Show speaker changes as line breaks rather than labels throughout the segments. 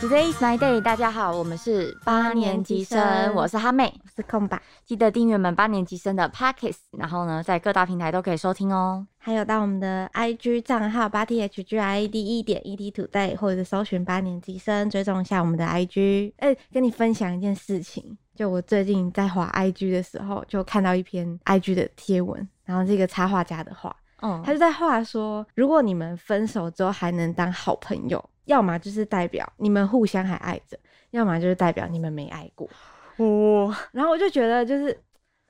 Today is my day，大家好，我们是八年级生，我是哈妹。
是空吧？
记得订阅我们八年级生的 Pockets，然后呢，在各大平台都可以收听哦。
还有到我们的 IG 账号八 T H G I D 一点 E T Today，或者搜寻八年级生，追踪一下我们的 IG。哎、跟你分享一件事情，就我最近在滑 IG 的时候，就看到一篇 IG 的贴文，然后是一个插画家的画，
嗯
他就在画说，如果你们分手之后还能当好朋友，要么就是代表你们互相还爱着，要么就是代表你们没爱过。
哦，
然后我就觉得就是，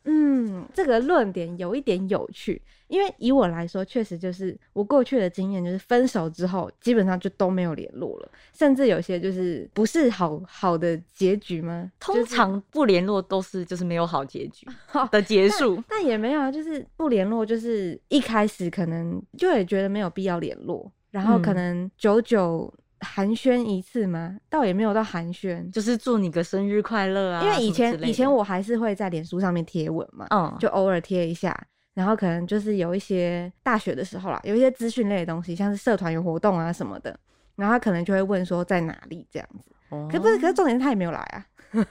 嗯，这个论点有一点有趣，因为以我来说，确实就是我过去的经验，就是分手之后基本上就都没有联络了，甚至有些就是不是好好的结局吗？
通常不联络都是就是没有好结局的结 束。
但也没有啊，就是不联络，就是一开始可能就也觉得没有必要联络，然后可
嗯
能久久寒暄一次嘛，倒也没有到寒暄，
就是祝你个生日快乐啊！
因为以
什么之
前
类的
以前我还是会在脸书上面贴文嘛，
嗯
就偶尔贴一下，然后可能就是有一些大学的时候啦，有一些资讯类的东西，像是社团有活动啊什么的，然后他可能就会问说在哪里这样子。
哦
可不是，可是重点是他也没有来啊，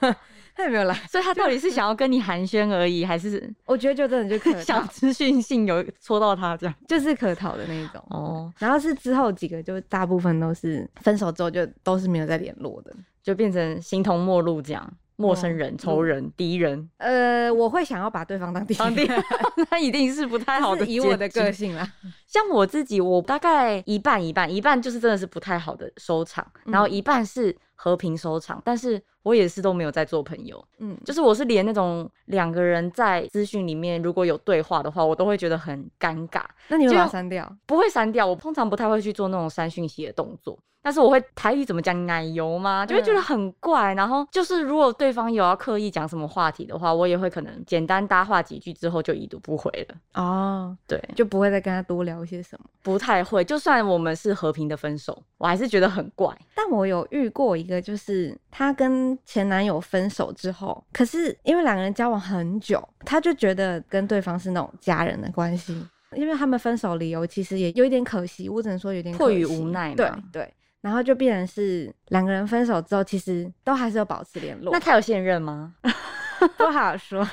他也没有来。
所以他到底是想要跟你寒暄而已，还是
我觉得就真的就 可
想
讨，
资讯性有戳到他这样？
就是可讨的那 一种。
哦，
然后是之后几个，就大部分都是分手之后就都是没有再联络的。
就变成形同陌路这样，陌生人、
嗯
仇人、敌人。
呃，我会想要把对方当敌
当
人
地，哦那一定是不太好
就
的
是
结局。
以我的个性啦，
像我自己，我大概一半一半，一半就是真的是不太好的收场，
嗯
然后一半是和平收场，但是我也是都没有在做朋友，
嗯，
就是我是连那种两个人在资讯里面如果有对话的话，我都会觉得很尴尬，
那你会
就
把它
像
删掉？
不会删掉。我通常不太会去做那种删讯息的动作，但是我会台语怎么讲奶油吗？就会
嗯
觉得很怪。然后就是如果对方有要刻意讲什么话题的话，我也会可能简单搭话几句之后就已读不回了。
哦，
对，
就不会再跟他多聊一些什么。
不太会。就算我们是和平的分手，我还是觉得很怪。
但我有遇过一个，就是她跟前男友分手之后，可是因为两个人交往很久，她就觉得跟对方是那种家人的关系，因为他们分手理由其实也有一点可惜，我只能说有点
迫
可惜
于无奈嘛
对对，然后就变成是两个人分手之后，其实都还是有保持联络，
那他有现任吗？
不好说。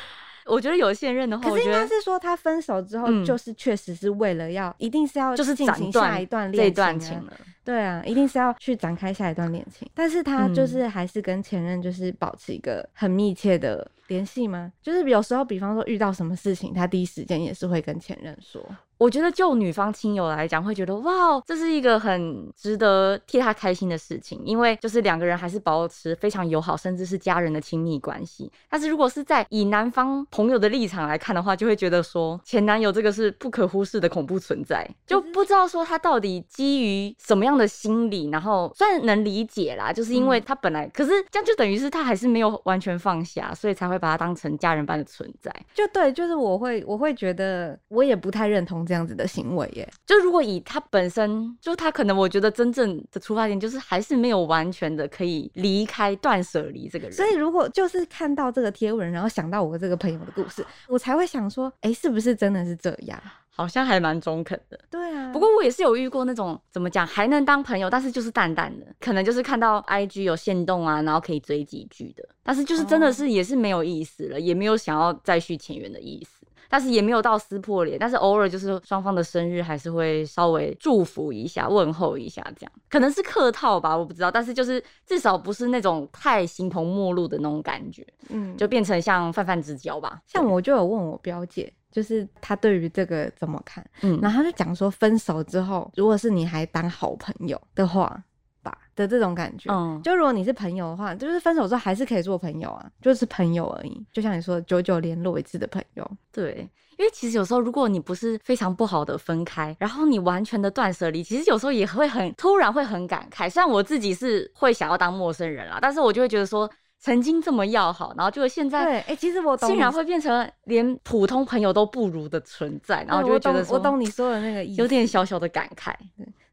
我觉得有现任的话，
可
我
是
觉
应该
得
是说，她分手之后
嗯
就是确实是为了要，一定是要
就是
进
斩
行
断
下一段
这一
恋
段
情啊
情了。
对啊，一定是要去展开下一段恋情，但是他就是还是跟前任就是保持一个很密切的联系吗？就是有时候，比方说遇到什么事情，他第一时间也是会跟前任说。
我觉得就女方亲友来讲，会觉得哇，这是一个很值得替他开心的事情，因为就是两个人还是保持非常友好，甚至是家人的亲密关系。但是如果是在以男方朋友的立场来看的话，就会觉得说前男友这个是不可忽视的恐怖存在，就不知道说他到底基于什么样的心理，然后虽然能理解啦，就是因为他本来、可是这样就等于是他还是没有完全放下，所以才会把他当成家人般的存在。
就对，就是我会我会觉得我也不太认同这样子的行为耶。
就如果以他本身，就他可能我觉得真正的出发点就是还是没有完全的可以离开断舍离这个人，
所以如果就是看到这个贴文，然后想到我这个朋友的故事，我才会想说，哎、是不是真的是这样？
好像还蛮中肯的。
对啊，
不过我也是有遇过那种怎么讲还能当朋友，但是就是淡淡的，可能就是看到 IG 有限动啊，然后可以追几句的，但是就是真的是也是没有意思了，也没有想要再续前缘的意思。但是也没有到撕破脸，但是偶尔就是双方的生日还是会稍微祝福一下、问候一下，这样可能是客套吧，我不知道。但是就是至少不是那种太形同陌路的那种感觉，
嗯，
就变成像泛泛之交吧。
像我就有问我表姐，就是她对于这个怎么看。
嗯，
然后他就讲说，分手之后，如果是你还当好朋友的话吧的这种感觉，
嗯，
就如果你是朋友的话，就是分手之后还是可以做朋友啊，就是朋友而已。就像你说，久久联络一次的朋友，
对，因为其实有时候如果你不是非常不好的分开，然后你完全的断舍离，其实有时候也会很突然会很感慨。虽然我自己是会想要当陌生人啦，但是我就会觉得说曾经这么要好，然后就现
对，
在
哎、其实我懂你，
竟然会变成连普通朋友都不如的存在，然后就
对我
会觉
懂
得说
我懂你说的那个意思，
有点小小的感慨。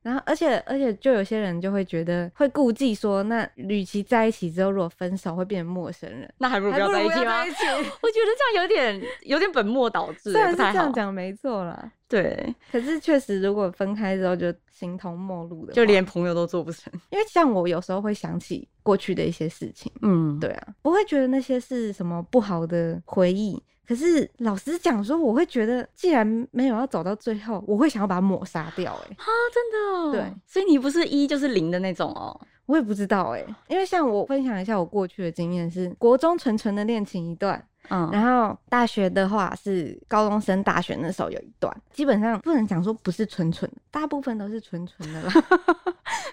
然后，而且而且，就有些人就会觉得会顾忌说，那与其在一起之后，如果分手会变成陌生人，
那还不如
还
不要
不
在
如
一
不
起
要
吗
在？一起。
我觉得这样有点有点本末倒置，
虽然
不
是
太
这样
好
讲没错啦，
对，
可是确实，如果分开之后就形同陌路的话，
就连朋友都做不成。
因为像我有时候会想起过去的一些事情，
嗯，
对啊，不会觉得那些是什么不好的回忆。可是老实讲说，我会觉得既然没有要走到最后，我会想要把它抹杀掉、欸。哎，
啊，真的、哦。
对，
所以你不是一就是零的那种哦。
我也不知道哎、因为像我分享一下我过去的经验是，国中纯纯的恋情一段，
嗯，
然后大学的话是高中升大学那时候有一段，基本上不能讲说不是纯纯，大部分都是纯纯的啦，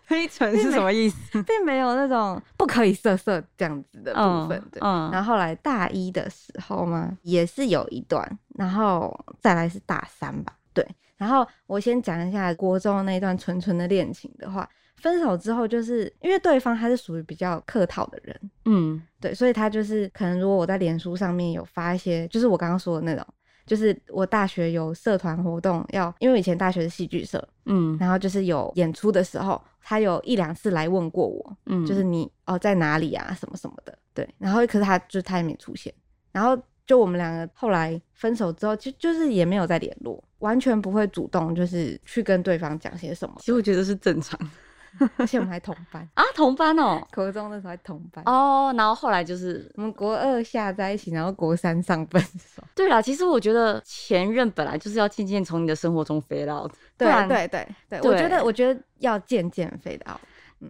非纯是什么意思？
并没有那种不可以色色这样子的部分。对，
嗯，
然后后来大一的时候嘛，也是有一段，然后再来是大三吧，对。然后我先讲一下国中那一段纯纯的恋情的话，分手之后就是因为对方他是属于比较客套的人，
嗯，
对，所以他就是可能如果我在脸书上面有发一些，就是我刚刚说的那种，就是我大学有社团活动要，因为我以前大学是戏剧社，
嗯
然后就是有演出的时候，他有一两次来问过我，
嗯，
就是你哦在哪里啊什么什么的，对，然后可是他就他也没出现，然后就我们两个后来分手之后，就就是也没有再联络，完全不会主动就是去跟对方讲些什么
其，实我觉得是正常
而且我们还同班，
啊，同班哦，
国中的时候还同班，
哦，然后后来就是，
我们国二下在一起，然后国三上分手，
对啦，其实我觉得前任本来就是要渐渐从你的生活中飞到，不
对啊
然。
对对对，
对
我觉得我觉得要渐渐飞到，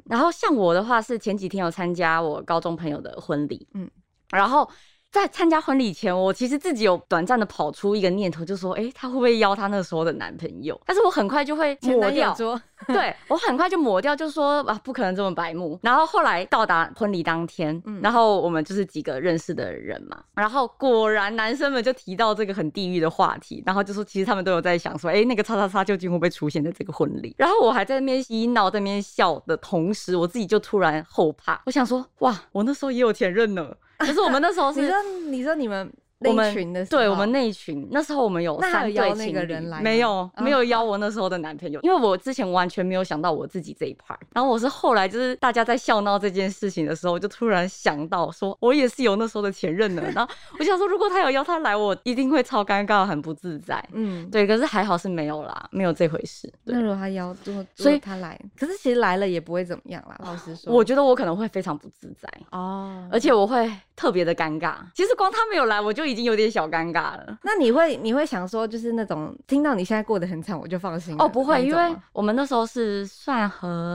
然后像我的话是前几天有参加我高中朋友的婚礼，嗯
嗯，
然后。在参加婚礼前，我其实自己有短暂的跑出一个念头，就说：“诶，她会不会邀她那时候的男朋友？”但是我很快就会抹掉，
桌，
对我很快就抹掉，就说啊，不可能这么白目。然后后来到达婚礼当天，
嗯
然后我们就是几个认识的人嘛，然后果然男生们就提到这个很地狱的话题，然后就说其实他们都有在想说，哎，那个叉叉叉究竟会不会出现在这个婚礼？然后我还在那边嬉闹，在那边笑的同时，我自己就突然后怕，我想说，哇，我那时候也有前任呢。可是我们那时候
你
是
说你说你们
我们
那一群的时候，
对我们那一群，那时候我们有
那
三
有
对
邀那
情
个
侣
人来
没
吗嗯
有没有邀我那时候的男朋友，因为我之前完全没有想到我自己这一 part。然后我是后来就是大家在笑闹这件事情的时候，我就突然想到说，我也是有那时候的前任的。然后我想说，如果他有邀他来，我一定会超尴尬，很不自在。
嗯，
对，可是还好是没有啦，没有这回事。
那
对，
如果他邀，如果
所以
如果他来，哦可是其实来了也不会怎么样啦。老实说，
我觉得我可能会非常不自在，
哦，
而且我会特别的尴尬。其实光他没有来，我就已经有点小尴尬了。
那你会你会想说，就是那种听到你现在过得很惨，我就放心了哦
哦，不会，
那一
因
种吗
为我们那时候是算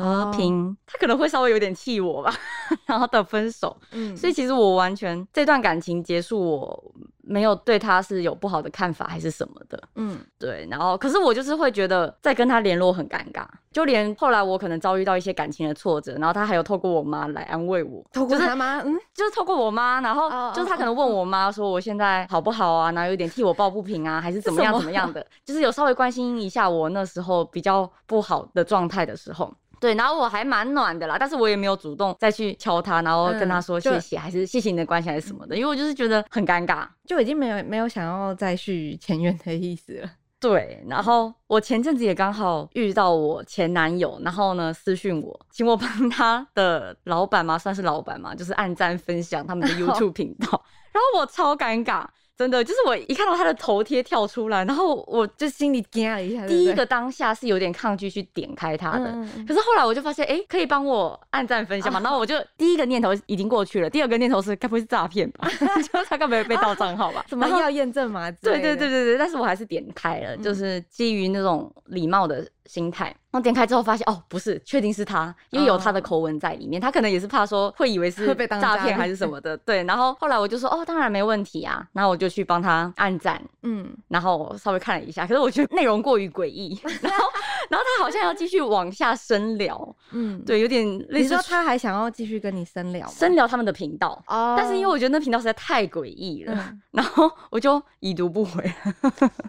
和平，他可能会稍微有点气我吧， 然后的分手，
嗯，
所以其实我完全这段感情结束，我没有对他是有不好的看法还是什么的，
嗯
对，然后可是我就是会觉得再跟他联络很尴尬，就连后来我可能遭遇到一些感情的挫折，然后他还有透过我妈来安慰我，
透过
就是
他吗？嗯，
就是透过我妈，然后
哦
就是她可能问我妈说我现在好不好啊，然后有点替我抱不平啊，还是怎么样
这
怎
什么
么样的，就是有稍微关心一下我那时候比较不好的状态的时候。对，然后我还蛮暖的啦，但是我也没有主动再去敲她，然后跟她说
嗯就
谢谢，还是谢谢你的关心还是什么的，因为我就是觉得很尴尬。
就已经没有没有想要再续前缘的意思了。
对，然后我前阵子也刚好遇到我前男友，然后呢私讯我，请我帮他的老板嘛，算是老板嘛，就是按赞分享他们 的 YouTube 频道，然后我超尴尬，真的，就是我一看到他的头贴跳出来，然后我就
就心里惊了一下，
第一
对不对
个当下是有点抗拒去点开他的，
嗯嗯啊嗯
可是后来我就发现，哎、可以帮我按赞分享嘛，然后我就第一个念头已经过去了，第二个念头是该不会是诈骗吧， 就是他该不会被盗账号吧？
什么
然后
要验证码之
对
类
对
的？
对对对，但是我还是点开了，就
嗯
是基于那种礼貌的心态。我点开之后发现，哦，不是，确定是他，因为有他的口吻在里面，他可能也是怕说会以为是
会被当
诈
诈
骗
骗
还是什么的。对，然后后来我就说，哦，当然没问题啊，然后我就去帮他按赞，
嗯，
然后我稍微看了一下，可是我觉得内容过于诡异， 然后然后他好像要继续往下深聊，
嗯，
对，有点类
你
似
说他还想要继续跟你深聊吗？
深聊他们的频道。
哦，
但是因为我觉得那频道实在太诡异了，
嗯
然后我就已读不回。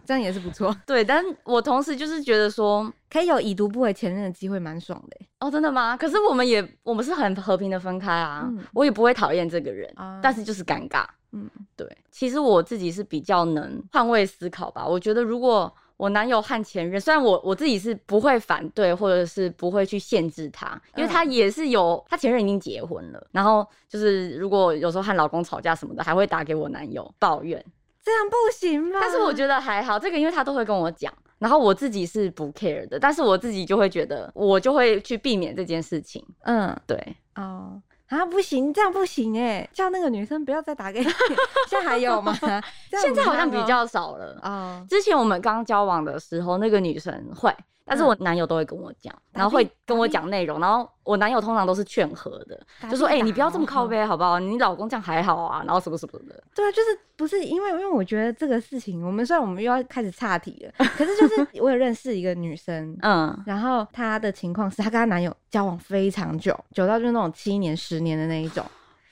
这样也是不 错，
对，但我同时就是觉得说，
可以有已读不回前任的机会，蛮爽的欸。
哦，真的吗？可是我们也我们是很和平的分开啊，
嗯
我也不会讨厌这个人，
啊
但是就是尴尬。
嗯，
对，其实我自己是比较能换位思考吧。我觉得如果我男友和前任，虽然我我自己是不会反对，或者是不会去限制他，因为
嗯
他也是有他前任已经结婚了，然后就是如果有时候和老公吵架什么的，还会打给我男友抱怨。
这样不行吗？
但是我觉得还好，这个因为他都会跟我讲，然后我自己是不 care 的，但是我自己就会觉得，我就会去避免这件事情。
嗯，
对，
哦。啊，不行，这样不行哎！叫那个女生不要再打给你， 现在还有吗？这样
现在好像
不
比
行哦
较少了。啊
哦，
之前我们刚交往的时候，那个女生会，但
嗯
是我男友都会跟我讲，然后会跟我讲内容，然后我男友通常都是劝和的，
打
就说：“哎、
屁打
你不要这么
哦
靠背好不好？你老公这样还好啊。”然后什么什么的，
对啊，就是不是因为因为我觉得这个事情，我们虽然我们又要开始岔题了，可是就是 我有认识一个女生，
嗯，
然后她的情况是她跟她男友交往非常久，久到就是那种七年、十年的那一种。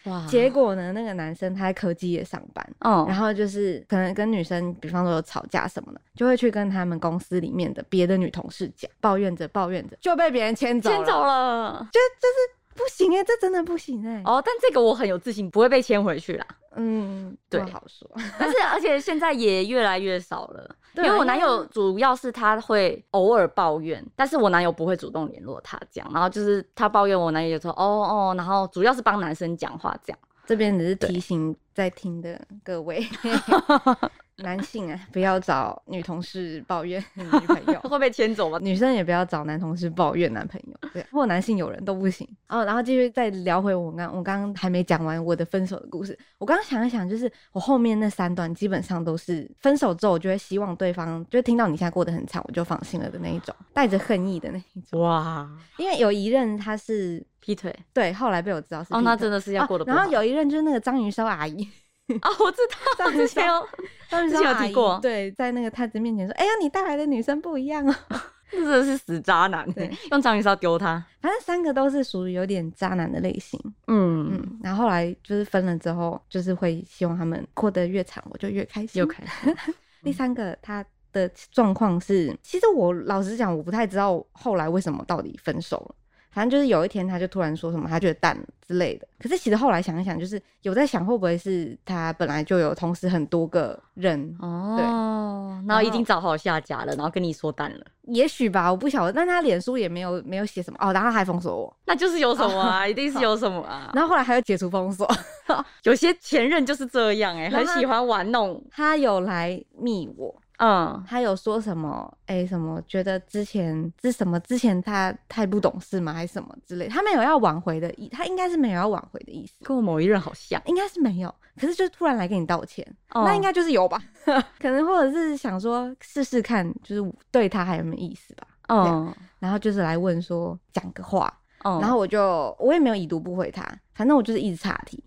哇
结果呢，那个男生他在科技业上班，
嗯，
然后就是可能跟女生，比方说有吵架什么的，就会去跟他们公司里面的别的女同事讲，抱怨着抱怨着就被别人牵走了，
牵走了。
不行哎、这真的不行哎、
哦，但这个我很有自信，不会被牵回去啦。
嗯，不
对
好说。
但 是，而且现在也越来越少了，因
对啊
为我
因
男
为
友主要是他会偶尔抱怨，但是我男友不会主动联络他这样，然后就是他抱怨我男友就说哦哦，然后主要是帮男生讲话这样。
这边只是提醒在听的各 位男性啊，不要找女同事抱怨女朋友，
会被牵走吗？
女生也不要找男同事抱怨男朋友，对，或男性友人都不行。哦，然后继续再聊回我刚我刚刚还没讲完我的分手的故事。我刚刚想一想，就是我后面那三段基本上都是分手之后，我就会希望对方就听到你现在过得很惨，我就放心了的那一种，带着恨意的那一种。
哇，
因为有一任他是
劈腿
对，后来被我知道是
哦，
劈
那
腿
真的是要过得
哦
不好。
然后有一任就是那个章鱼烧阿姨。
啊，我知道，
上
之前
上
有
他们
之
说
前有
阿
提
姨
过
对，在那个太子面前说：“哎呀，你带来的女生不一样哦。
这真的是死渣男
对，
用章鱼烧丢他。”
反正三个都是属于有点渣男的类型。
嗯，
嗯，然后后来就是分了之后，就是会希望他们过得越惨，我就越开心。
又开 始
第三个他的状况是，其实我老实讲，我不太知道后来为什么到底分手了。反正就是有一天，他就突然说什么他觉得淡了之类的。可是其实后来想一想，就是有在想会不会是他本来就有同时很多个人
哦，然后已经找好下家了，然后跟你说淡了，
也许吧，我不晓得，但他脸书也没有没有写什么哦，然后他还封锁 我，
那就是有什么 啊，一定是有什么啊。
然后后来还有解除封锁，
有些前任就是这样哎、
然
很
后
喜欢玩弄，
他有来密我，
嗯，
他有说什么哎、什么觉得之前是什么之前他太不懂事吗还是什么之类，他没有要挽回的意，他应该是没有要挽回的意思，
跟我某一任好像。
应该是没有，可是就突然来跟你道歉，
哦
那应该就是有吧， 可能或者是想说试试看，就是对他还有没有意思吧，
嗯
然后就是来问说讲个话，
嗯，
然后我就我也没有已读不回他，反正我就是一直岔题。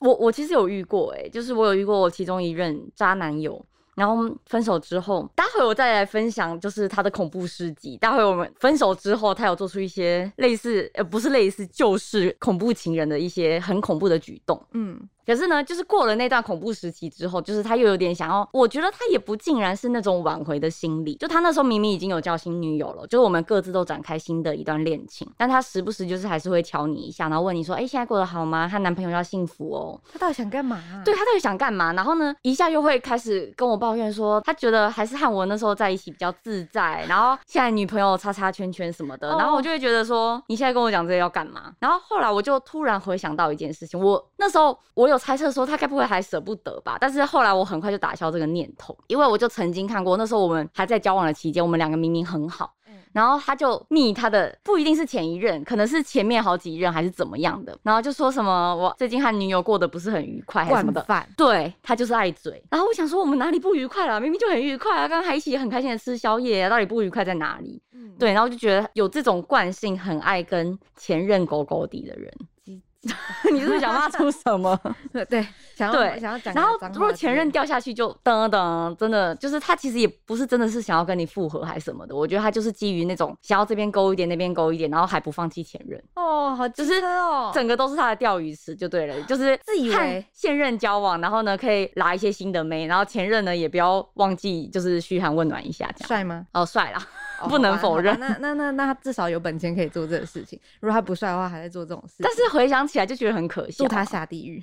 我我其实有遇过、欸，就是我有遇过我其中一任渣男友，然后分手之后，待会我再来分享，就是他的恐怖事迹。待会我们分手之后，他有做出一些类似，呃，不是类似，就是恐怖情人的一些很恐怖的举动。
嗯，
可是呢，就是过了那段恐怖时期之后，就是他又有点想要，我觉得他也不尽然是那种挽回的心理。就他那时候明明已经有交新女友了，就是我们各自都展开新的一段恋情，但他时不时就是还是会瞧你一下，然后问你说，哎、现在过得好吗？她男朋友要幸福哦，
他到底想干嘛、啊？
对，他到底想干嘛？然后呢，一下又会开始跟我抱怨说，他觉得还是和我那时候在一起比较自在，然后现在女朋友叉叉圈圈什么的，
哦
然后我就会觉得说，你现在跟我讲这些要干嘛？然后后来我就突然回想到一件事情，我那时候我有猜测说他该不会还舍不得吧？但是后来我很快就打消这个念头，因为我就曾经看过，那时候我们还在交往的期间，我们两个明明很好，然后他就密他的不一定是前一任，可能是前面好几任还是怎么样的，然后就说什么我最近和女友过得不是很愉快还是什么
惯
的。
犯。
对他就是爱嘴，然后我想说我们哪里不愉快了？明明就很愉快啊，刚刚还一起很开心的吃宵夜、啊，到底不愉快在哪里？
嗯，
对，然后就觉得有这种惯性，很爱跟前任勾勾底的人，
鸡
你是不是想骂出什么？
对对，想要
对
想要讲。
然后如果前任，掉下去就噔噔，真的就是他其实也不是真的是想要跟你复合还是什么的，我觉得他就是基于那种想要这边勾一点那边勾一点，然后还不放弃前任，
哦，好
就
机
是
车哦，
整个都是他的钓鱼池就对了，就是
自以为
和现任交往，然后呢可以拉一些新的妹，然后前任呢也不要忘记就是嘘寒问暖一下这样。
帅吗？
哦，帅啦，
哦
不能
好吧
否
好吧
认
那那那那他至少有本钱可以做这个事情。如果他不帅的话，还在做这种事 情，
但是回想起来就觉得很可惜。啊
祝他下地狱。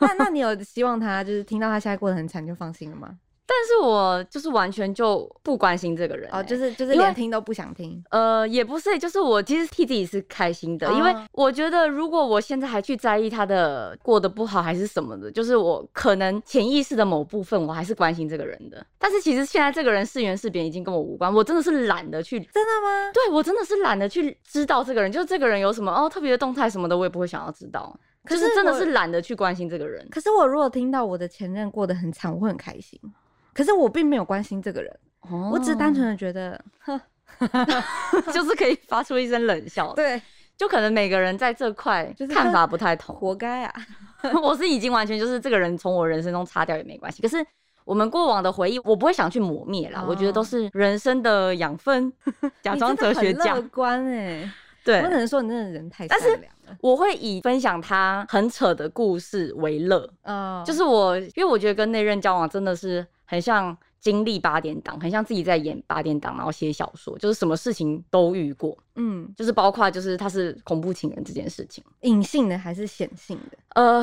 那那你有希望他就是听到他现在过得很惨就放心了吗？
但是我就是完全就不关心这个人、欸
哦，就是是就是
因为
连听都不想听。
呃，也不是，就是我其实替自己是开心的，因为
哦
我觉得如果我现在还去在意他的过得不好还是什么的，就是我可能潜意识的某部分我还是关心这个人的，但是其实现在这个人是缘是别已经跟我无关，我真的是懒得去
真的吗？
对我真的是懒得去知道这个人，就是这个人有什么哦特别的动态什么的，我也不会想要知道。
可
就是是真的
我
是懒得去关心这个人，
可是我如果听到我的前任过得很惨，我会很开心。可是我并没有关心这个人，我只是单纯的觉得，呵，
纯 就是可以发出一声冷笑。，
对，
就可能每个人在这块
就是
看
他
法不太同。
活该啊。
我是已经完全就是这个人从我人生中擦掉也没关系。可是我们过往的回忆，我不会想去磨灭啦。我觉得都
哦
是人生的养分， 假
你
装
真
哲
的
学
很
家
乐。观哎，
对
我，只能说你真的人太
但
善
是
良了。
我会以分享他很扯的故事为乐。
哦
就是我，因为我觉得跟那任交往真的是很像经历八点档，很像自己在演八点档，然后写小说，就是什么事情都遇过，
嗯，
就是包括就是他是恐怖情人这件事情。
隐性的还是显性的？
呃，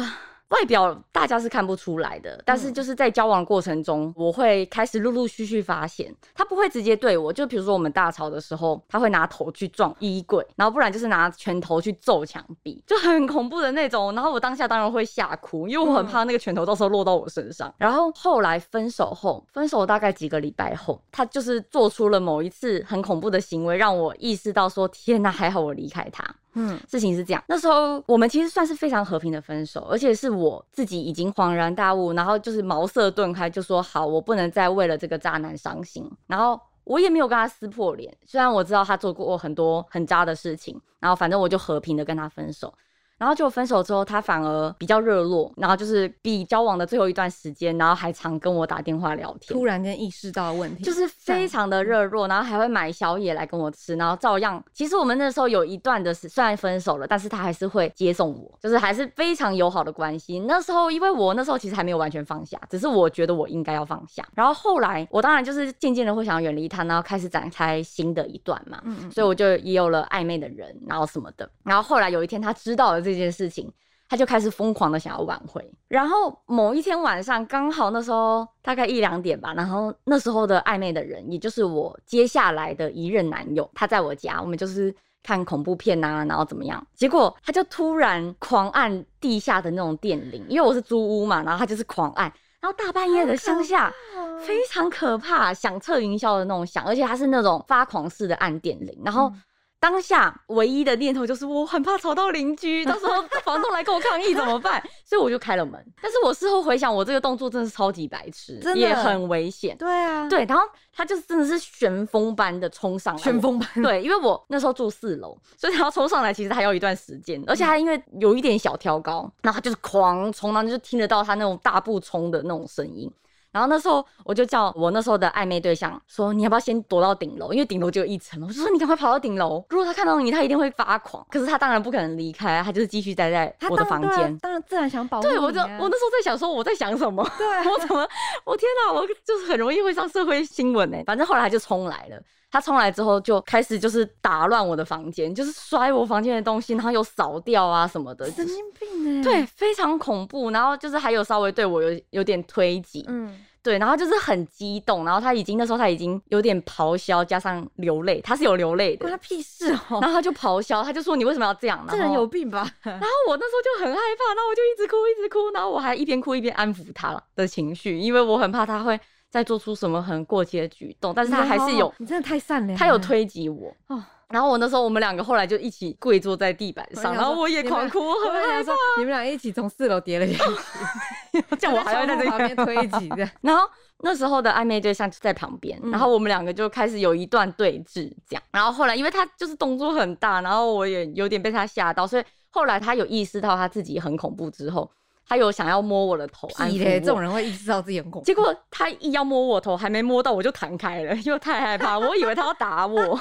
外表大家是看不出来的，但是
嗯
就是在交往过程中，我会开始陆陆续续发现，他不会直接对我，就比如说我们大吵的时候，他会拿头去撞衣柜，然后不然就是拿拳头去揍墙壁，就很恐怖的那种。然后我当下当然会吓哭，因为我很
嗯
怕那个拳头到时候落到我身上。然后后来分手后，分手大概几个礼拜后，他就是做出了某一次很恐怖的行为，让我意识到说，天哪，还好我离开他。
嗯，
事情是这样，那时候我们其实算是非常和平的分手，而且是我自己已经恍然大悟，然后就是茅塞顿开，就说好，我不能再为了这个渣男伤心。然后我也没有跟他撕破脸，虽然我知道他做过很多很渣的事情，然后反正我就和平的跟他分手。然后就分手之后，他反而比较热络，然后就是比交往的最后一段时间，然后还常跟我打电话聊天
突。然间意识到问题，
就是非常的热络，然后还会买宵夜来跟我吃，然后照样。其实我们那时候有一段的时，虽然分手了，但是他还是会接送我，就是还是非常友好的关系。那时候因为我那时候其实还没有完全放下，只是我觉得我应该要放下。然后后来我当然就是渐渐的会想要远离他，然后开始展开新的一段嘛。
嗯，嗯
所以我就也有了暧昧的人，然后什么的。然后后来有一天他知道了这件事情，他就开始疯狂的想要挽回。然后某一天晚上，刚好那时候大概一两点吧，然后那时候的暧昧的人，也就是我接下来的一任男友，他在我家，我们就是。看恐怖片啊，然后怎么样？结果他就突然狂按地下的那种电铃，因为我是租屋嘛，然后他就是狂按，然后大半夜的乡下，
哦
非常可怕，响彻云霄的那种响，而且它是那种发狂式的按电铃，然后。
嗯
当下唯一的念头就是我很怕吵到邻居，到时候房东来跟我抗议怎么办？ 所以我就开了门。但是我事后回想，我这个动作真的是超级白痴
真，的
也很危险。
对啊，，
对，然后他就真的是旋风般的冲上来，
旋风 般
对，因为我那时候住四楼，所以他要冲上来，其实还要一段时间，而且他因
嗯
为有一点小挑高，然后他就是狂冲，然后就听得到他那种大步冲的那种声音。然后那时候我就叫我那时候的暧昧对象说，你要不要先躲到顶楼？因为顶楼只有一层嘛。我就说你赶快跑到顶楼，如果他看到你，他一定会发狂。可是他当然不可能离开，他就是继续待在
他
我的
当
房
然对啊
间。
当然自然想保护你
对，
啊，
我就我那时候在想说我在想什么，
对，
我怎么，我天哪，我就是很容易会上社会新闻呢、反正后来他就冲来了，他冲来之后就开始就是打乱我的房间，就是摔我房间的东西，然后又扫掉啊什么的，
神经病哎，
对，，非常恐怖。然后就是还有稍微对我有有点推挤，
嗯，
对，然后就是很激动，然后他已经那时候他已经有点咆哮，加上流泪，他是有流泪
关
的
他。屁事哦，
然后他就咆哮，他就说你为什么要这样？然
这人
后
有病吧？
然后我那时候就很害怕，然后我就一直哭，一直哭，然后我还一边哭一边安抚他的情绪，因为我很怕他会再做出什么很过激的举动，但是他还是有，
你真的太善良了，
他有推挤我。
嗯哦，
然后我那时候我们两个后来就一起跪坐在地板上，
想
然后
说
我也
你们
狂哭，我
我
很
本
害
来说你们俩一起从四楼跌 了下去，
怕，这样我还会在
在
这
窗户
个。
旁边推挤的，
然后那时候的暧昧对象就在旁边，
嗯
然后我们两个就开始有一段对峙，这样。然后后来因为他就是动作很大，然后我也有点被他吓到，所以后来他有意识到他自己很恐怖之后，他有想要摸我的头， 安
屁
抚
嘞，
我
这种人会意识到自己很恐怖
结。果他一要摸我头，还没摸到我就弹开了，因为我太害怕，我以为他要打我，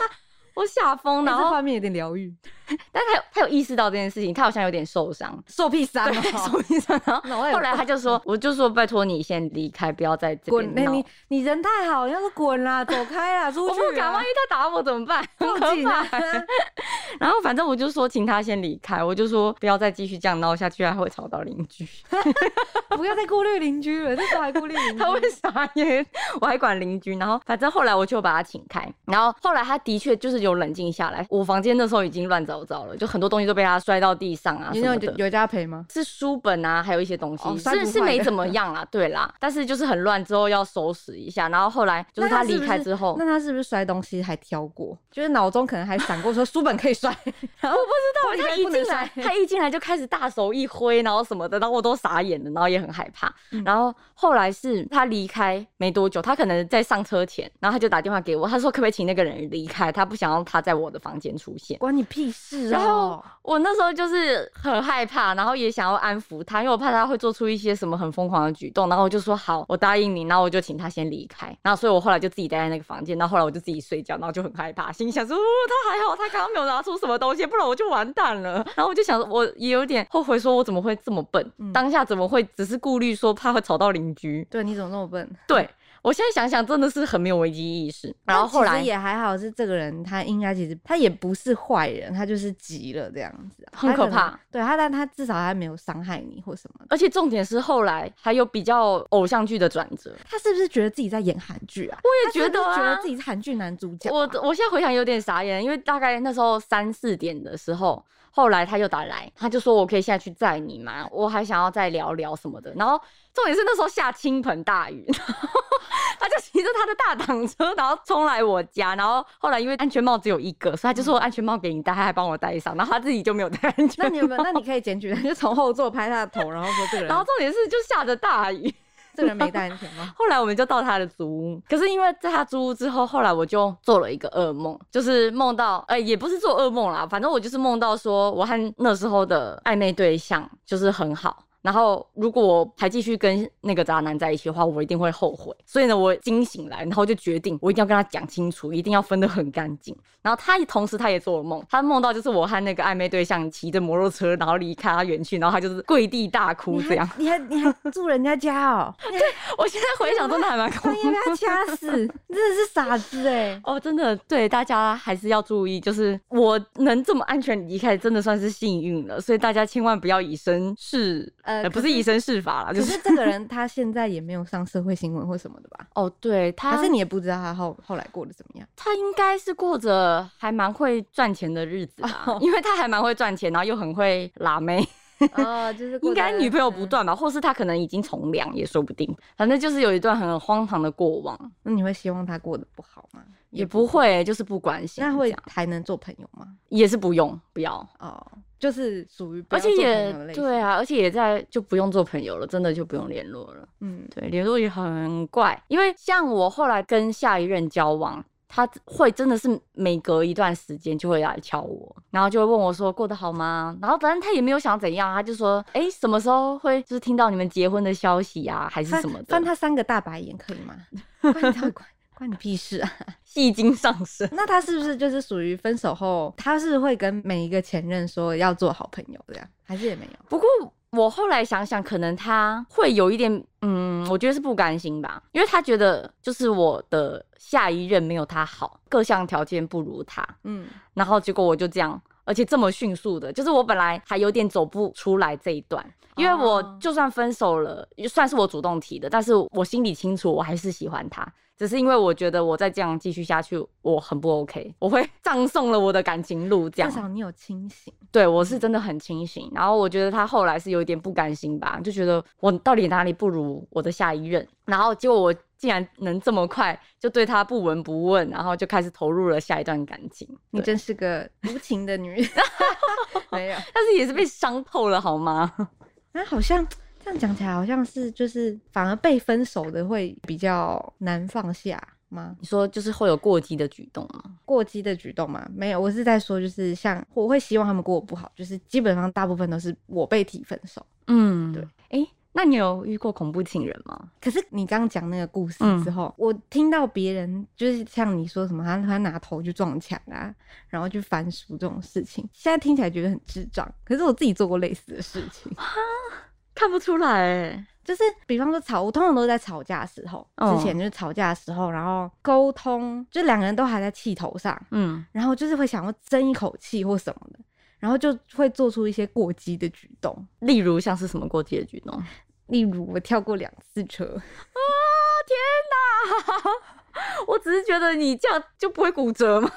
我吓疯。
哎
然
这
后，
画面有点疗愈，
但他有他有意识到这件事情，他好像有点受伤，
受屁伤
对，
哦！
受一伤。然后
脑袋有
后来他就说，我就说拜托你先离开，不要在这
滚！
边
那
闹。
你你人太好，你要是滚啦，走开啦，出
我
去！
不敢，万一，他打我怎么办？很
报
可
警
怕
啊！
然后反正我就说请他先离开，我就说不要再继续这样闹下去，还会吵到邻居。
不要再顾虑邻居了，那时候还顾虑邻居。
他会傻眼， 我还管邻居。然后反正后来我就把他请开，然后后来他的确就是有冷静下来。我房间那时候已经乱糟糟了，就很多东西都被他摔到地上啊什
有
么
那种
的。
有家赔吗？
是书本啊，还有一些东西，
哦摔不
是是
坏
没
的
怎 么样啦，对啦，但是就是很乱，之后要收拾一下。然后后来就是
那他是
离
不
开
是
之后，
那他是不是摔东西还挑过？就是脑中可能还闪过说书本可 以摔，然后
我
我不知道
他一进来，他一进来就开始大手一挥，然后什么的，然后我都傻眼了，然后也很害怕。
嗯
然后后来是他离开没多久，他可能在上车前，然后他就打电话给我，他说可不可以请那个人离开，他不想让他在我的房间出现。
关你屁事
然后
哦！
我那时候就是很害怕，然后也想要安抚他，因为我怕他会做出一些什么很疯狂的举动。然后我就说好，我答应你，然后我就请他先离开。然后所以我后来就自己待在那个房间，然后后来我就自己睡觉，然后就很害怕，心里想说、哦、他还好，他刚刚没有拿出什么东西，不然我就完蛋了。然后我就想，我也有点后悔，说我怎么会这么笨，
嗯
当下怎么会只是顾虑说怕会吵到邻居？
对，你怎么那么笨？
对我现在想想，真的是很没有危机意识。然后
但
后
其实
来
也还好，是这个人他应该其实他也不是坏人，他就是急了这样子啊、
很
他
可
能
怕。
对他，但他至少他没有伤害你或什么的。
而且重点是后来还有比较偶像剧的转折，
他是不是觉得自己在演韩剧啊？
我也
他是
觉
不
得
是觉
啊
得自己是韩剧男主角啊、
我我现在回想有点傻眼，因为大概那时候三四点的时候，后来他又打来，他就说我可以现在去载你吗？我还想要再聊聊什么的。然后重点是那时候下倾盆大雨， 然后他就骑着他的大挡车，然后冲来我家。然后后来因为安全帽只有一个，所以他就说安全帽给你戴，他还帮我戴上，然后他自己就没有戴安全帽。
嗯 那你有没有？那你可以检举他，就从后座拍他的头，然后说这个 人，
然后重点是就下着大雨，。
这个人没戴安全帽
后来我们就到他的租屋，可是因为在他租屋之后，后来我就做了一个噩梦，就是梦到，哎、也不是做噩梦啦，反正我就是梦到说，我和那时候的暧昧对象就是很好。然后，如果我还继续跟那个渣男在一起的话，我一定会后悔。所以呢，我惊醒来，然后就决定我一定要跟他讲清楚，一定要分得很干净。然后他也同时他也做了梦，他梦到就是我和那个暧昧对象骑着摩托车，然后离开他园区，然后他就是跪地大哭
你
这 样
还。你还你还住人家家哦， 你还
我现在回想真的还蛮恐
半
怖
夜被他掐死，你 真的是傻子哎、
哦，真的，对大家还是要注意，就是我能这么安全离开，真的算是幸运了。所以大家千万不要以身试，
呃
呃，不
可
是以
是
身试法 啦，就
可
是
是这个人他现在也没有上社会新闻或什么的 吧？
哦，对他，
可是你也不知道他后后来过得怎么 样。
他应该是过着还蛮会赚钱的日子吧，
哦
因为他还蛮会赚钱，然后又很会拉妹，啊 嗯
哦，就是
应该女朋友不。断吧，或是他可能已经从良也说不定，反正就是有一段很荒唐的过往，
嗯那你会希望他过得不好吗？
也不。会，就是不关心，
那会
这样
还能做朋友吗？
也是不用不要。
哦，就是属于不
而
要做
且
朋
也
友的类型
对，啊，而且也在就不用做朋友了，真的就不用联络了。
嗯，
对，联络也很怪，因为像我后来跟下一任交往，他会真的是每隔一段时间就会来敲我，然后就会问我说过得好吗？然后反正他也没有想怎样，他就说哎、诶什么时候会就是听到你们结婚的消息啊，还是
翻
什么
翻
的，
他三个大白眼可以 吗？关你到底关关你屁事啊！
戏精上身。
那他是不是就是属于分手后，他是会跟每一个前任说要做好朋友这样，还是也没有？
不过我后来想想，可能他会有一点，嗯，我觉得是不甘心吧，因为他觉得就是我的下一任没有他好，各项条件不如他，
嗯，
然后结果我就这样，而且这么迅速的，就是我本来还有点走不出来这一段，因为我
哦
就算分手了，也算是我主动提的，但是我心里清楚，我还是喜欢他。只是因为我觉得我再这样继续下去，我很不 OK，我会 葬送了我的感情路。这
至
样，
少你有清醒。
对我是真的很清醒。然后我觉得他后来是有一点不甘心吧，就觉得我到底哪里不如我的下一任？然后结果我竟然能这么快就对他不闻不问，然后就开始投入了下一段感情。
你
对
真是个无情的女人，没有。
但是也是被伤透了好吗？
那好像这样讲起来，好像是就是反而被分手的会比较难放下吗？
你说就是会有过激的举动吗？
过激的举动吗？没有，我是在说，就是像我会希望他们过得不好，就是基本上大部分都是我被提分手。
嗯
对。
哎、那你有遇过恐怖情人吗？
可是你刚讲那个故事之后，我听到别人就是像你说什么，他他拿头去撞墙啊，然后去翻书这种事情，现在听起来觉得很智障。可是我自己做过类似的事情，
看不出来哎，
就是比方说吵，我通常都是在吵架的时候，
哦
之前就是吵架的时候，然后沟通，就两个人都还在气头上，
嗯，
然后就是会想要争一口气或什么的，然后就会做出一些过激的举动，
例如像是什么过节举动，
例如我跳过两次车，
我只是觉得你这样就不会骨折吗？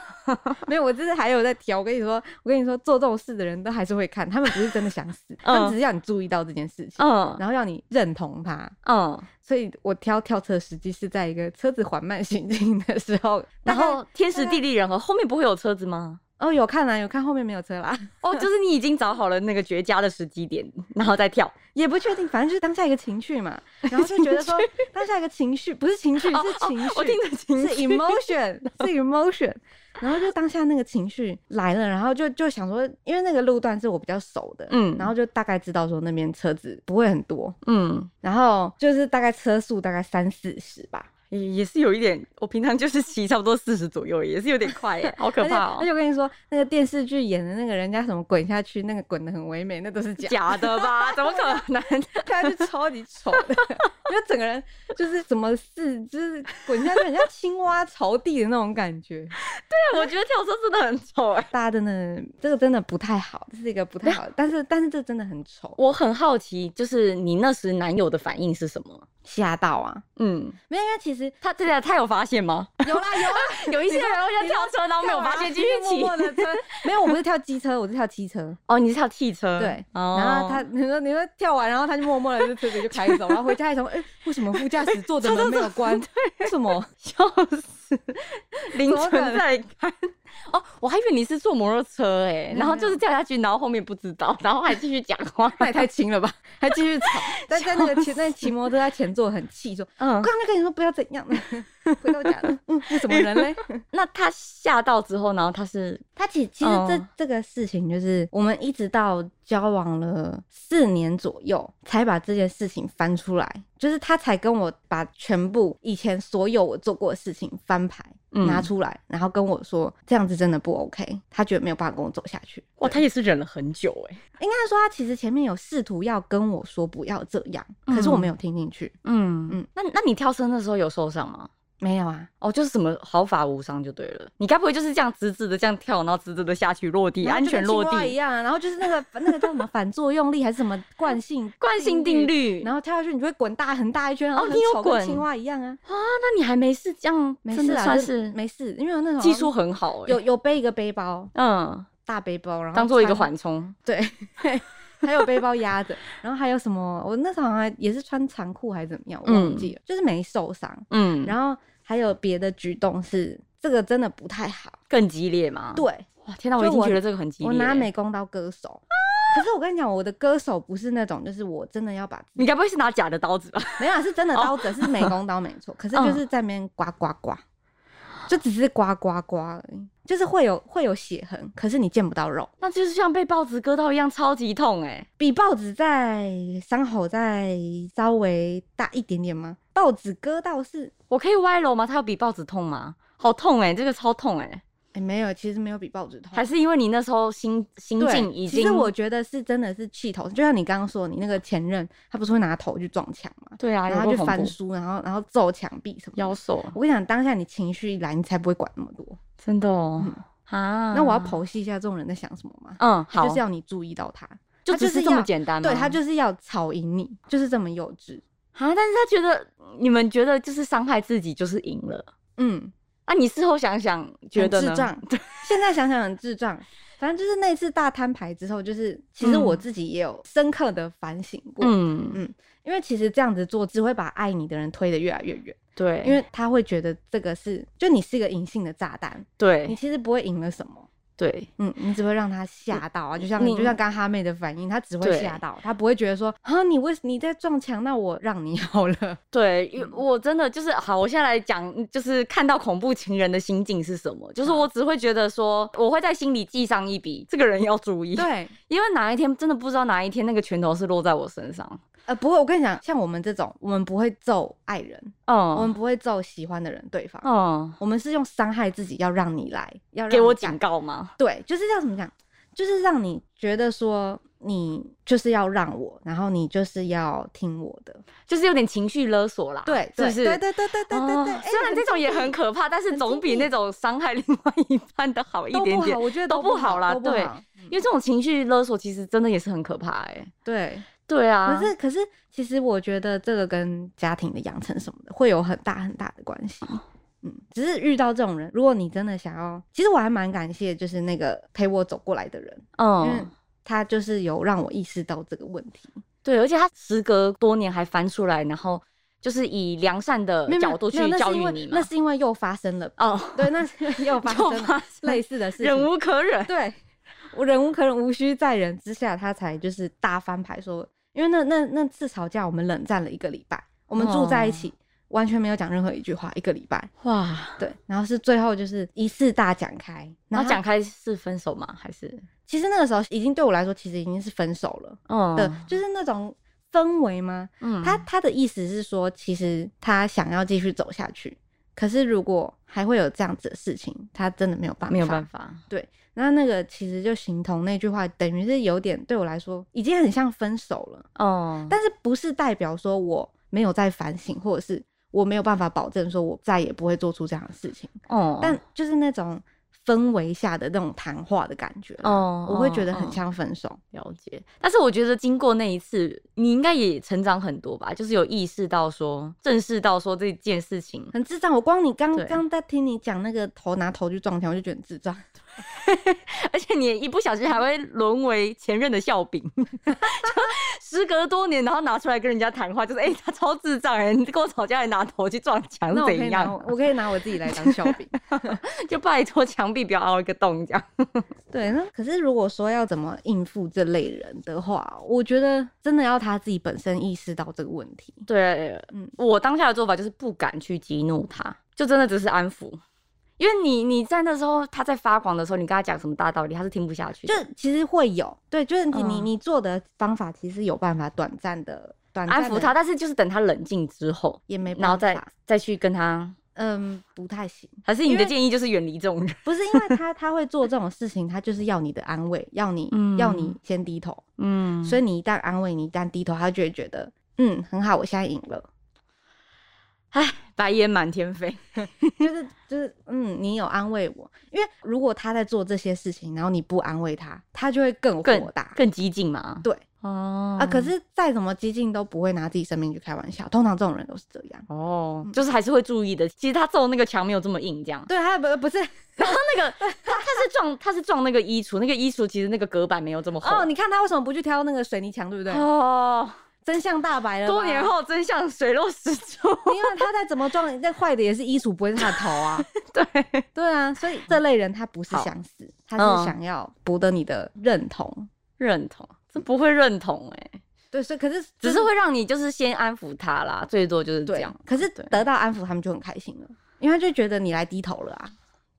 没有，我就是还有在挑。我跟你说，我跟你说，做这种事的人都还是会看，他们不是真的想死，他们只是要你注意到这件事情，
嗯
然后要你认同他。
嗯，
所以我挑跳车的时机是在一个车子缓慢行进的时候，
然后天时
大概
地利人和，后面不会有车子吗？
哦有看啦，有看后面没有车啦，
哦，就是你已经找好了那个绝佳的时机点，然后再跳。
也不确定，反正就是当下一个情 绪嘛，然后就觉得说当下一个情绪不是情绪
哦
是情
哦我听
绪。
得清
是 emotion，是 emotion，然后就当下那个情绪来了，然后就就想说，因为那个路段是我比较熟的，
嗯
然后就大概知道说那边车子不会很多，
嗯，
然后就是大概车速大概三四十吧，
也也是有一点，我平常就是骑差不多四十左右，也是有点快耶， 好可怕
而且而
哦
且。我跟你说，那个电视剧演的那个人家什么滚下去，那个滚的很唯美，那都是假，
假的 吧？怎么可能？
看上去超级丑 的，因为整个人就是怎么四肢滚下去，很像青蛙朝地的那种感觉。
我觉得跳车真的很丑哎。
大家真的这个真的不太好，这是一个不太好，但是但是这真的很丑，
我很好奇，就是你那时男友的反应是什么？
吓到啊！
嗯，
没有，因为其实
他真的他有发现吗？
有啦有啦，
有一些人会先
你
跳车，然后没有发现，继续骑。
默默的车， 没有，我不是跳机车，我是跳汽车。
哦，你是跳汽车？
对，
哦、
然后他，你说你说跳完，然后他就默默的就车子就开走，然后回家还想说，哎、为什么副驾驶座的门没有关？为什么？
笑死，凌
怎么
晨
可能
在看。哦，我还以为你是坐摩托车哎、
没有
然后就是跳下去，然后后面不知道， 然后还继续讲话
。那也太轻了吧，还继续吵。 但在那个前，那骑摩托车在前座很气，说我
嗯，
刚才跟你说不要怎样， 回到家了，嗯，那什么人嘞？
那他吓到之后，然后他是
他其其实这、
哦
这个事情，就是我们一直到交往了四年左右，才把这件事情翻出来，就是他才跟我把全部以前所有我做过的事情翻牌、
嗯
拿出来，然后跟我说这样子真的不 OK，他觉得没有办法跟我走下去。
哇，
对
他也是忍了很久哎、
应该说他其实前面有试图要跟我说不要这样，可是我没有听进去，
嗯
嗯
嗯，那那你跳车那时候有受伤吗？
没有啊，
哦，就是什么毫发无伤就对了。你该不会就是这样直直的这样跳，然后直直的下去落地，
然后
安
就跟
全落
青蛙一
地？
样啊，然后就是那个那个叫什么反作用力还是什么惯性
惯性定律。
然后跳下去，你就会滚大很大一圈，然后
哦
很
你有
丑跟
滚
青蛙一样啊，
啊，那你还没事，这样
没
真
事
的
啊，
算
就是没事，因为我那种
技术很好哎、
有有背一个背包，
嗯，
大背包，然后
当做一个
穿
缓冲。
对， 还有背包压着，然后还有什么，我那时候好像还也是穿长裤还是怎么样，我忘
嗯
记了，就是没受伤，
嗯，然后
然后还有别的举动是这个真的不太好，
更激烈嘛。，
对
哇，天哪，
就
我已经
我
觉得这个很激烈。
我拿美，工刀割手。可是我跟你讲，我的割手不是那种，就是我真的要把自己
你该不会是拿假的刀子吧？
没有啊，是真
哦
的刀子，是美工刀没错。可是就是在那边刮刮刮，就只是刮刮刮而已，就是会有会有血痕，可是你见不到肉，
那就是像被报纸割到一样，超级痛哎、
比报纸在伤口再稍微大一点点吗？报纸割到是。
我可以歪楼吗？它有比报纸痛吗？好痛哎、这个超痛哎、
哎、没有，其实没有比报纸痛，
还是因为你那时候心心
对
境已经，
其实我觉得是真的是气头，就像你刚刚说，你那个前任他不是会拿头去撞墙嘛，
对啊，
然
有
后
够
就
恐
翻
怖
书，然后然后揍墙壁什么的
腰手，
我跟你讲，当下你情绪一来，你才不会管那么多。
真的哦、
嗯
啊。
那我要剖析一下这种人在想什么吗？
嗯，
他
好，
就是要你注意到他，
就
他
只
就是
这么
要
简单吗？
对他就是要吵赢你，就是这么幼稚。
啊，但是他觉得你们觉得就是伤害自己就是赢了。
嗯，
啊，你事后想想觉
很
得
智
呢？
障。现在想想很智障。反正就是那次大摊牌之后，就是其实我
嗯
自己也有深刻的反省过，
嗯，
因为其实这样子做只会把爱你的人推得越来越远，
对，
因为他会觉得这个是就你是一个隐性的炸弹，你
对
其实不会赢了什么。
对，
嗯，你只会让他吓到啊，就像
嗯你
你就像刚刚哈妹的反应，他只会
对
吓到，他不会觉得说啊，你为你在撞墙，那我让你好了。
对，因为
嗯
我真的就是好，我现在来讲，就是看到恐怖情人的心境是什么，
嗯
就是我只会觉得说，我会在心里记上一笔，这个人要注意，
对，
因为哪一天真的不知道哪一天那个拳头是落在我身上，
呃，不会，我跟你讲，像我们这种，我们不会揍爱人，我
嗯
们不会揍喜欢的人对方，
嗯，
我们是用伤害自己，要让你来，要让
给我
你感
警，告吗？
对，就是要怎么讲，就是让你觉得说你就是要让我，然后你就是要听我的，
就是有点情绪勒索啦，
对，
是
对
不是？
对对对对对对对。
哦
哎
虽然这种也很可怕，但是总比那种伤害另外一半的好一
都
点
不
点
好，。我觉得
都
不
不好啦
都不
对
好嗯
因为这种情绪勒索其实真的也是很可怕哎、
对。
对啊，
可是可是，其实我觉得这个跟家庭的养成什么的会有很大很大的关系。
哦
嗯，只是遇到这种人，如果你真的想要，其实我还蛮感谢，就是那个陪我走过来的人，因为
嗯，
他就是有让我意识到这个问题。
对，而且他时隔多年还翻出来，然后就是以良善的
没有没有
呃角度去
没有那是
教
因
育
为
你嘛
那。是因为又发生了，
哦，
对，那是因 为又发
就
生了
发生
类似的事情，
忍无可忍。
对， 我忍无可忍，无需再忍之下，他才就是大翻牌说，因为那那那次吵架，我们冷战了一个礼拜，我们住在一起，
哦
完全没有讲任何一句话，一个礼 拜。
哇，
对，然后是最后就是一次大讲开，
然
然
后哦
后
讲开是分手吗？还是
其实那个时候已经对我来说，其实已经是分手了
嗯
的，就是那种氛围吗？
嗯
他他的意思是说，其实他想要继续走下去。可是，如果还会有这样子的事情，他真的没有办法，
没有办法。
那那个其实就形同那句话，等于是有点对我来说已经很像分手了，
哦，
但是不是代表说我没有在反省，或者是我没有办法保证说我再也不会做出这样的事情，
哦，
但就是那种氛围下的那种谈话的感觉，
哦，
我会觉得很
哦
像分手。
了解，嗯但是我觉得经过那一次，你应该也成长很多吧？就是有意识到说，正视到说这件事情，
很智障，我光你刚
对
刚在听你讲那个头拿头去撞墙，我就觉得很智障。
而且你也一不小心还会沦为前任的笑柄， 就时隔多年，然后拿出来跟人家谈话，就是哎、诶他超智障哎、你跟我吵架还拿头去撞墙
那
是
我可以
怎
拿
样
我？我可以拿我自己来当笑柄。
就拜托墙壁不要凹一个洞这样。
对，那可是如果说要怎么应付这类人的话，我觉得真的要他自己本身意识到这个问题。
对，嗯
嗯，
我当下的做法就是不敢去激怒他，就真的只是安抚。因为你你在那时候他在发狂的时候，你跟他讲什么大道理，他是听不下去
就
的。
其实会有，对，就是你、你
嗯
你做的方法，其实有办法短暂的短暂
安
地
抚他，但是就是等欸他冷静之后，
也没办法，
然后再再去跟他，
嗯不太行，
还是你
因
的
为
建议就是远离这种人。
不是因为他他会做这种事情，他就是要你的安慰，要你、
嗯
要你先低头，
嗯
所
以
以你一旦安慰，你一旦低头，他就会觉得嗯很好，我现在赢了，
白眼满天飞。
就是就是嗯你有安慰我，因为如果他在做这些事情，然后你不安慰他，他就会更
更
火大，
更激进嘛。
对
哦
啊，可是再怎么激进都不会拿自己生命去开玩笑，通常这种人都是这样。
哦，
嗯
就是还是会注意的。其实他揍那个墙没有这么硬，这样。
对，他不 不是
那个他他是撞他是撞那个衣橱，那个衣橱其实那个隔板没有这么厚。
哦，你看他为什么不去挑那个水泥墙，对不对？
哦，
真相大白了。
多年，后真相水落石出。
因为他再怎么撞，再坏的也是衣橱，不会是他的头啊。
对，
对啊，所以这类人他不是
好
想死，他
嗯
是想要博得你的认同。
认同，这不会认同哎、
对，所以可是
只是会让你就是先安抚他啦，最多就是这
对
样。，哦
可是
对
得到安抚，他们就很开心了，因为他就觉得你来低头了 啊，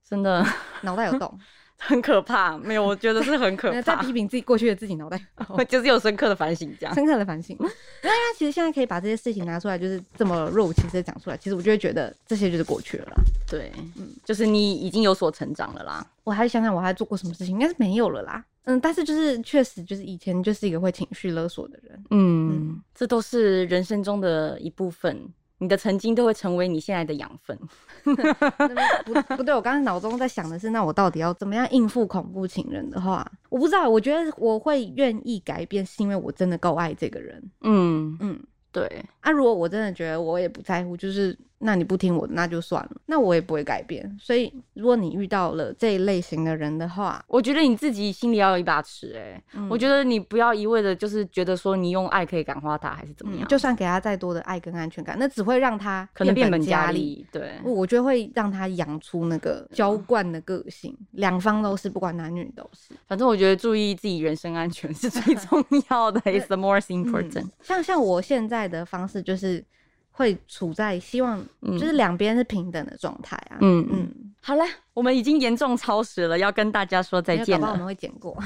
真的
脑袋有洞，
很可怕，没有，我觉得是很可
那再
怕
批，评自己过去的自己脑袋有洞
我 就是有深刻的反省这 样。
深刻的 反省。那因为其实现在可以把这些事情拿出来，就是这么若无其事的讲出来，其实我就会觉得这些就是过去了啦。
对，嗯，就是你已经有所成长了啦。
我还想想我还做过什么事情，应该是没有了啦。嗯，但是就是确实就是以前就是一个会情绪勒索的 人，
嗯，这都是人生中的一部分，你的曾经都会成为你现在的养分。
那么不不对，我刚刚脑中在想的是，那我到底要怎么样应付恐怖情人的话，我不知道。我觉得我会愿意改变，是因为我真的够爱这个人。
嗯，
嗯，
对，
啊，如果我真的觉得我也不在乎，就是那你不听我的，那就算了，那我也不会改变。所以，如果你遇到了这一类型的人的话，
我觉得你自己心里要有一把尺、哎、
嗯
我觉得你不要一味的就是觉得说你用爱可以感化他，还是怎么
嗯
样，
就算给他再多的爱跟安全感，那只会让他
可能变
本
本加
厉。
厉。嗯对，
我就会让他养出那个娇惯的个性，两方都是，不管男女都是。
反正我觉得注意自己人身安全是 最重要的，is the most important
嗯。像像我现在的方式就是会处在希望，
嗯
就是两边是平等的状态啊。
嗯嗯，
嗯，
好了，我们已经严重超时了，要跟大家说再
因为
见
搞不好我
了。
们会剪 过，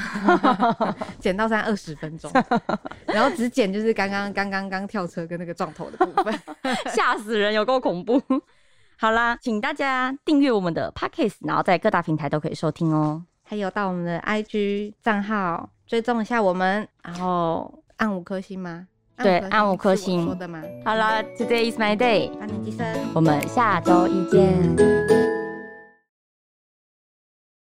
剪到三二十分钟，然后只剪就是刚刚刚刚刚跳车跟那个撞头的部分。
吓死人，有够恐怖。 好啦，请大家订阅我们的 podcast，然后在各大平台都可以收听哦。
还有到我们的 IG 账号追踪一下我们，然后按五颗星吗？
对
星
按五颗
是我
星
说的吗？
好了，Today is my day，
八年级生。
我们下周一见。